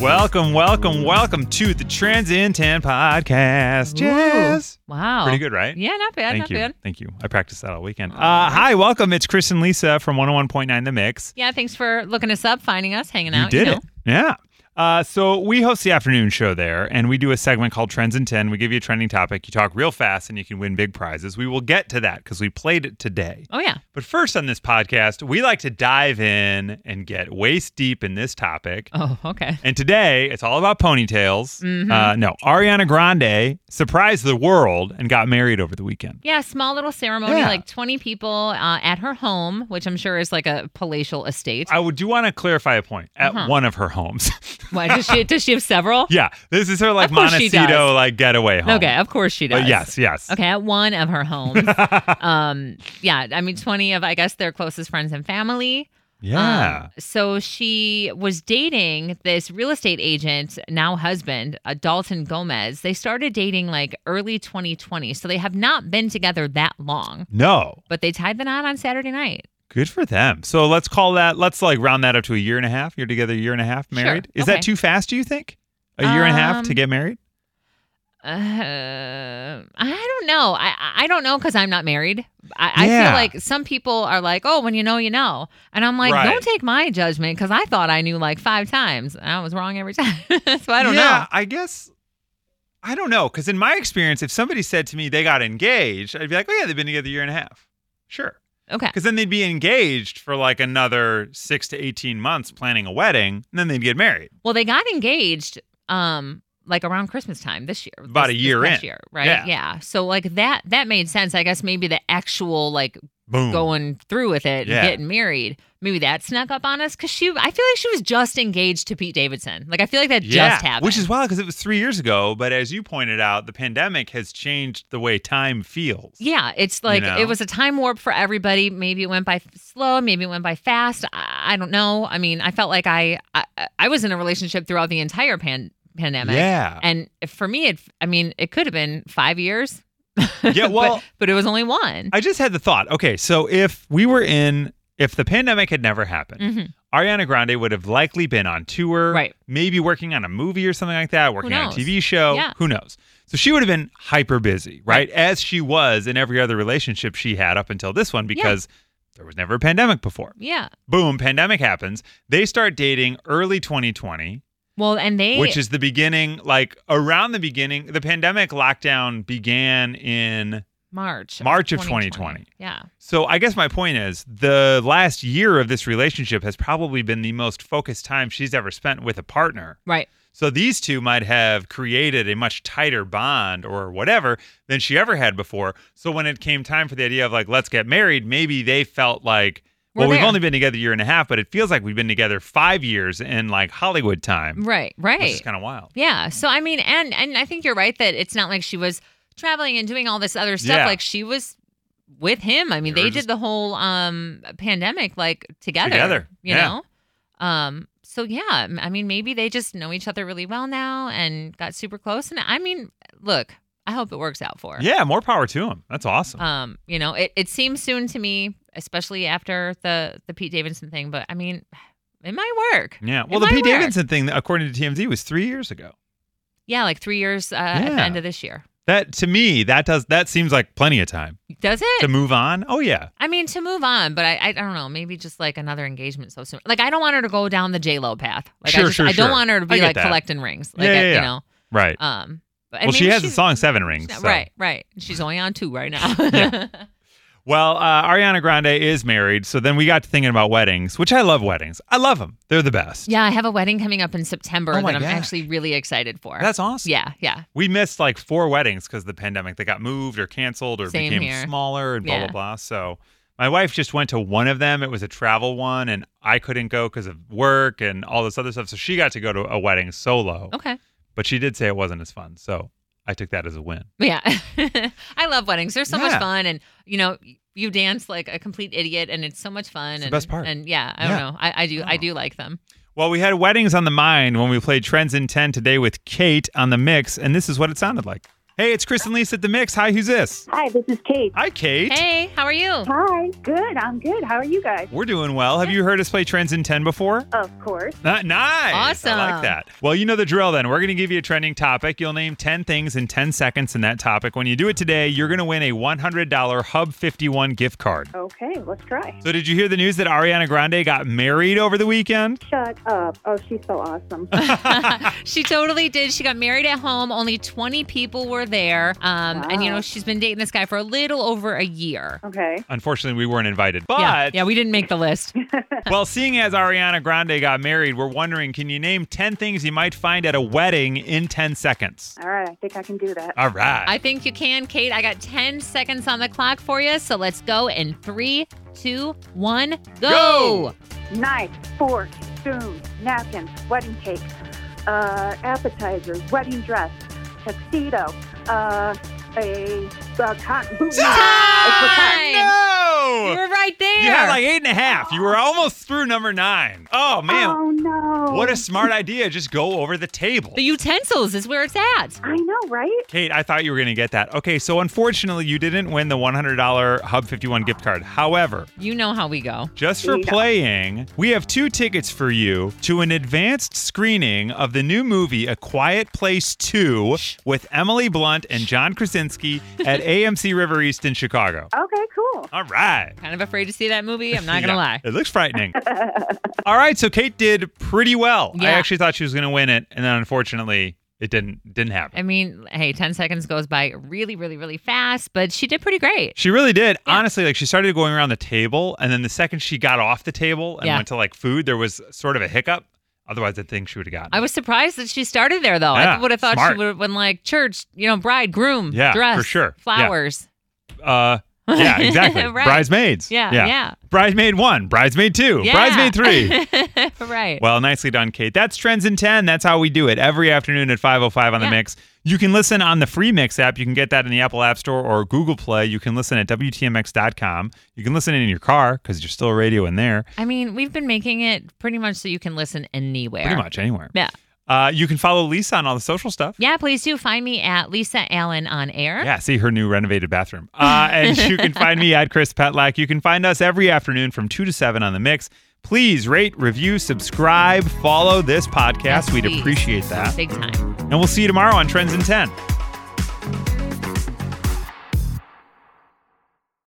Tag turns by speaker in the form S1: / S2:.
S1: Welcome, welcome, welcome to the Trans in 10 podcast. Yes.
S2: Wow.
S1: Pretty good, right?
S2: Yeah, not bad.
S1: Thank
S2: not
S1: you.
S2: bad.
S1: Thank you. I practiced that all weekend. Uh, hi, welcome. It's Chris and Lisa from 101.9 The Mix.
S2: Yeah, thanks for looking us up, finding us, hanging out.
S1: You did
S2: know.
S1: it. Yeah. Uh, so we host the afternoon show there, and we do a segment called Trends in 10. We give you a trending topic, you talk real fast, and you can win big prizes. We will get to that because we played it today.
S2: Oh yeah.
S1: But first on this podcast, we like to dive in and get waist deep in this topic.
S2: Oh, okay.
S1: And today, it's all about ponytails.
S2: Mm-hmm.
S1: Uh, no, Ariana Grande surprised the world and got married over the weekend.
S2: Yeah, small little ceremony,
S1: Yeah.
S2: like 20 people uh, at her home, which I'm sure is like a palatial estate.
S1: I would, do want to clarify a point at
S2: Uh-huh.
S1: one of her homes.
S2: Why does she does she have several?
S1: yeah, this is her like
S2: Of course she
S1: Montecito
S2: does.
S1: like getaway home.
S2: Okay, of course she does.
S1: But Uh, yes, yes.
S2: Okay, at one of her homes. um, yeah, I mean 20 of I guess their closest friends and family.
S1: Yeah.
S2: Um, so she was dating this real estate agent, now husband, uh, Dalton Gomez. They started dating like early 2020. So they have not been together that long,
S1: no.
S2: but they tied the knot on Saturday night.
S1: Good for them. So let's call that, let's like round that up to a year and a half. You're together a year and a half
S2: Sure.
S1: married. Is
S2: Okay.
S1: that too fast, do you think? A year and a half to
S2: Um,
S1: get married?
S2: Uh, I don't know. I I- I don't know because I'm not married. I, I
S1: Yeah.
S2: feel like some people are like, oh, when you know, you know, and I'm like,
S1: Right.
S2: don't take my judgment because I thought I knew like five times. And I was wrong every time. so I don't
S1: yeah,
S2: know.
S1: I guess I don't know because in my experience, if somebody said to me they got engaged, I'd be like, oh yeah, they've been together a year and a half. Sure,
S2: Okay.
S1: because then they'd be engaged for like another six to eighteen months planning a wedding, and then they'd get married.
S2: Well, they got engaged um like around Christmas time this year.
S1: About
S2: this-
S1: a
S2: this
S1: year
S2: past
S1: in.
S2: year, right?
S1: Yeah.
S2: Yeah. So like that that made sense. I guess maybe the actual like
S1: Boom.
S2: going through with it
S1: Hmm. Yeah.
S2: and getting married. Maybe that snuck up on us because she, I feel like she was just engaged to Pete Davidson. Like I feel like that
S1: Yeah,
S2: just happened.
S1: which is wild because it was three years ago. But as you pointed out, the pandemic has changed the way time feels.
S2: Yeah, it's like
S1: know?
S2: it was a time warp for everybody. Maybe it went by f- slow, maybe it went by fast. I, I don't know. I mean, I felt like I, I I was in a relationship throughout the entire pan, pandemic.
S1: Yeah.
S2: And for me, it I mean, it could have been five years.
S1: Yeah,
S2: But-
S1: well-
S2: but, it was only one.
S1: I just had the thought. Okay, so if we were in, if the pandemic had never happened,
S2: Mhm.
S1: Ariana Grande would have likely been on tour,
S2: Right.
S1: Maybe working on a movie or something like that, working on a
S2: knows?
S1: TV show.
S2: Yeah.
S1: Who knows? So she would have been hyper busy, right? As she was in every other relationship she had up until this one, because there was never a pandemic before.
S2: Yeah.
S1: Boom, pandemic happens. They start dating early 2020,
S2: Well, and they
S1: which is the beginning, like around the beginning. The pandemic lockdown began in
S2: March
S1: March of 2020.
S2: Yeah.
S1: So I guess my point is the last year of this relationship has probably been the most focused time she's ever spent with a partner.
S2: Right.
S1: So these two might have created a much tighter bond or whatever than she ever had before. So when it came time for the idea of like let's get married, maybe they felt like
S2: We're
S1: well, we've
S2: there.
S1: only been together a year and a half, but it feels like we've been together five years in like Hollywood time.
S2: Right. Right.
S1: Which is kind of wild.
S2: Yeah. So I mean, and and I think you're right that it's not like she was traveling and doing all this other stuff.
S1: Yeah.
S2: Like she was with him. I mean,
S1: They
S2: they,
S1: were just-
S2: did the whole um pandemic like together.
S1: Together.
S2: You
S1: Yeah.
S2: know? Um so yeah, m- I mean maybe they just know each other really well now and got super close. And I mean, look, I hope it works out for her.
S1: Yeah, more power to him. That's awesome.
S2: Um, you know, it, it seems soon to me, especially after the the Pete Davidson thing, but I mean it might work.
S1: yeah.
S2: it
S1: Well, the
S2: might
S1: Pete
S2: work.
S1: Davidson thing, according to TMZ, was three years ago.
S2: Yeah, like three years uh, at
S1: Yeah.
S2: the end of this year.
S1: That to me, that does that seems like plenty of time
S2: Does it?
S1: to move on. Oh yeah,
S2: I mean, to move on, but I, I don't know. Maybe just like another engagement so soon. Like I don't want her to go down the J Lo path. Like
S1: Sure,
S2: I, just,
S1: sure,
S2: I don't
S1: sure.
S2: want her to
S1: I
S2: be
S1: get
S2: like
S1: that.
S2: collecting rings. Like
S1: Yeah,
S2: I-
S1: yeah, yeah.
S2: you know.
S1: right.
S2: Um. But,
S1: well, she has the song Seven Rings.
S2: Right,
S1: so.
S2: right, right. She's only on two right now.
S1: Well, uh, Ariana Grande is married, so then we got to thinking about weddings, which I love weddings. I love them; they're the best.
S2: Yeah, I have a wedding coming up in September
S1: Oh my
S2: that I'm
S1: gosh.
S2: actually really excited for.
S1: That's awesome.
S2: yeah, yeah.
S1: We missed like four weddings because of the pandemic. They got moved or canceled or
S2: Same
S1: became
S2: here.
S1: smaller and blah,
S2: Yeah.
S1: blah, blah. So my wife just went to one of them. It was a travel one, and I couldn't go because of work and all this other stuff. So she got to go to a wedding solo,
S2: Okay.
S1: but she did say it wasn't as fun. So I took that as a win.
S2: Yeah. I love weddings. They're so
S1: Yeah.
S2: much fun, and you know. You dance like a complete idiot, and it's so much fun.
S1: It's the
S2: and,
S1: best part.
S2: And yeah, I
S1: Yeah.
S2: don't know. I, I do.
S1: Oh.
S2: I do like them.
S1: Well, we had weddings on the mind when we played Trends in 10 today with Kate on the mix, and this is what it sounded like. Hey, it's Chris and Lisa at the Mix. Hi, who's this?
S3: Hi, this is Kate.
S1: Hi, Kate.
S2: Hey, how are you?
S3: Hi. Good. I'm good. How are you guys?
S1: We're doing well. Have you heard us play Trends in 10 before?
S3: Of course.
S1: Uh, nice.
S2: Awesome.
S1: I like that. Well, you know the drill then. We're going to give you a trending topic. You'll name 10 things in 10 seconds in that topic. When you do it today, you're going to win a $100 Hub 51 gift card.
S3: Okay, let's try.
S1: So, did you hear the news that Ariana Grande got married over the weekend?
S3: Shut up. Oh, she's so awesome.
S2: she totally did. She got married at home. Only 20 people were there. Um, And, you
S3: Wow.
S2: know, she's been dating this guy for a little over a year.
S3: okay.
S1: Unfortunately, we weren't invited. But,
S2: yeah. yeah, we didn't make the list.
S1: well, seeing as Ariana Grande got married, we're wondering can you name 10 things you might find at a wedding in 10 seconds?
S3: All right. I think I can do that.
S1: All right.
S2: I think you can, Kate. I got 10 seconds on the clock for you. So let's go in three, two, one, go.
S1: Go.
S3: Knife, fork, spoon, napkin, wedding cake, uh, appetizer, wedding dress, tuxedo, uh, a, uh cotton boot.
S2: Time!
S1: no!
S2: You were right there.
S1: You had like eight and a half. You were almost through number nine. Oh man,
S3: Oh no.
S1: what a smart idea! Just go over the table.
S2: the utensils is where it's at.
S3: I know, right?
S1: Kate, I thought you were going to get that. Okay, so unfortunately, you didn't win the $100 Hub 51 gift card. However,
S2: You know how we go.
S1: just for
S3: Yeah.
S1: playing, we have two tickets for you to an advanced screening of the new movie A Quiet Place 2 with Emily Blunt and John Krasinski at AMC River East in Chicago.
S3: Okay, cool.
S1: All right.
S2: Kind of afraid to see that movie. I'm not going to
S1: Yeah,
S2: lie.
S1: It looks frightening. All right, so Kate did pretty well. I
S2: Yeah.
S1: actually thought she was going to win it, and then unfortunately, it didn't didn't happen.
S2: I mean, hey, 10 seconds goes by really, really, really fast, but she did pretty great.
S1: She really did. Honestly, like she started going around the table, and then the second she got off the table and
S2: Yeah.
S1: went to like food, there was sort of a hiccup. Otherwise, I think she would have gotten. it.
S2: I was surprised that she started there, though. I
S1: Yeah,
S2: would have thought
S1: smart.
S2: she would have been like church, you know, bride, groom,
S1: Yeah, for
S2: dress,
S1: sure. Yeah.
S2: flowers.
S1: Uh, yeah, exactly.
S2: Right.
S1: Bridesmaids.
S2: Yeah,
S1: yeah,
S2: yeah.
S1: Bridesmaid one, bridesmaid two,
S2: Yeah.
S1: bridesmaid three.
S2: right.
S1: Well, nicely done, Kate. That's Trends in 10. That's how we do it every afternoon at 5.05 on the
S2: Yeah.
S1: Mix. You can listen on the free Mix app. You can get that in the Apple App Store or Google Play. You can listen at WTMX.com. You can listen in your car because you're still a radio in there,
S2: I mean, we've been making it pretty much so you can listen anywhere.
S1: pretty much anywhere.
S2: Yeah.
S1: Uh, you can follow Lisa on all the social stuff.
S2: Yeah, please do find me at Lisa Allen on air.
S1: Yeah, see her new renovated bathroom. Uh, and you can find me at Chris Petlack. You can find us every afternoon from 2 to 7 on the Mix. Please rate, review, subscribe, follow this podcast.
S2: Yes,
S1: We'd
S2: please.
S1: appreciate that.
S2: Big time.
S1: And we'll see you tomorrow on Trends in 10.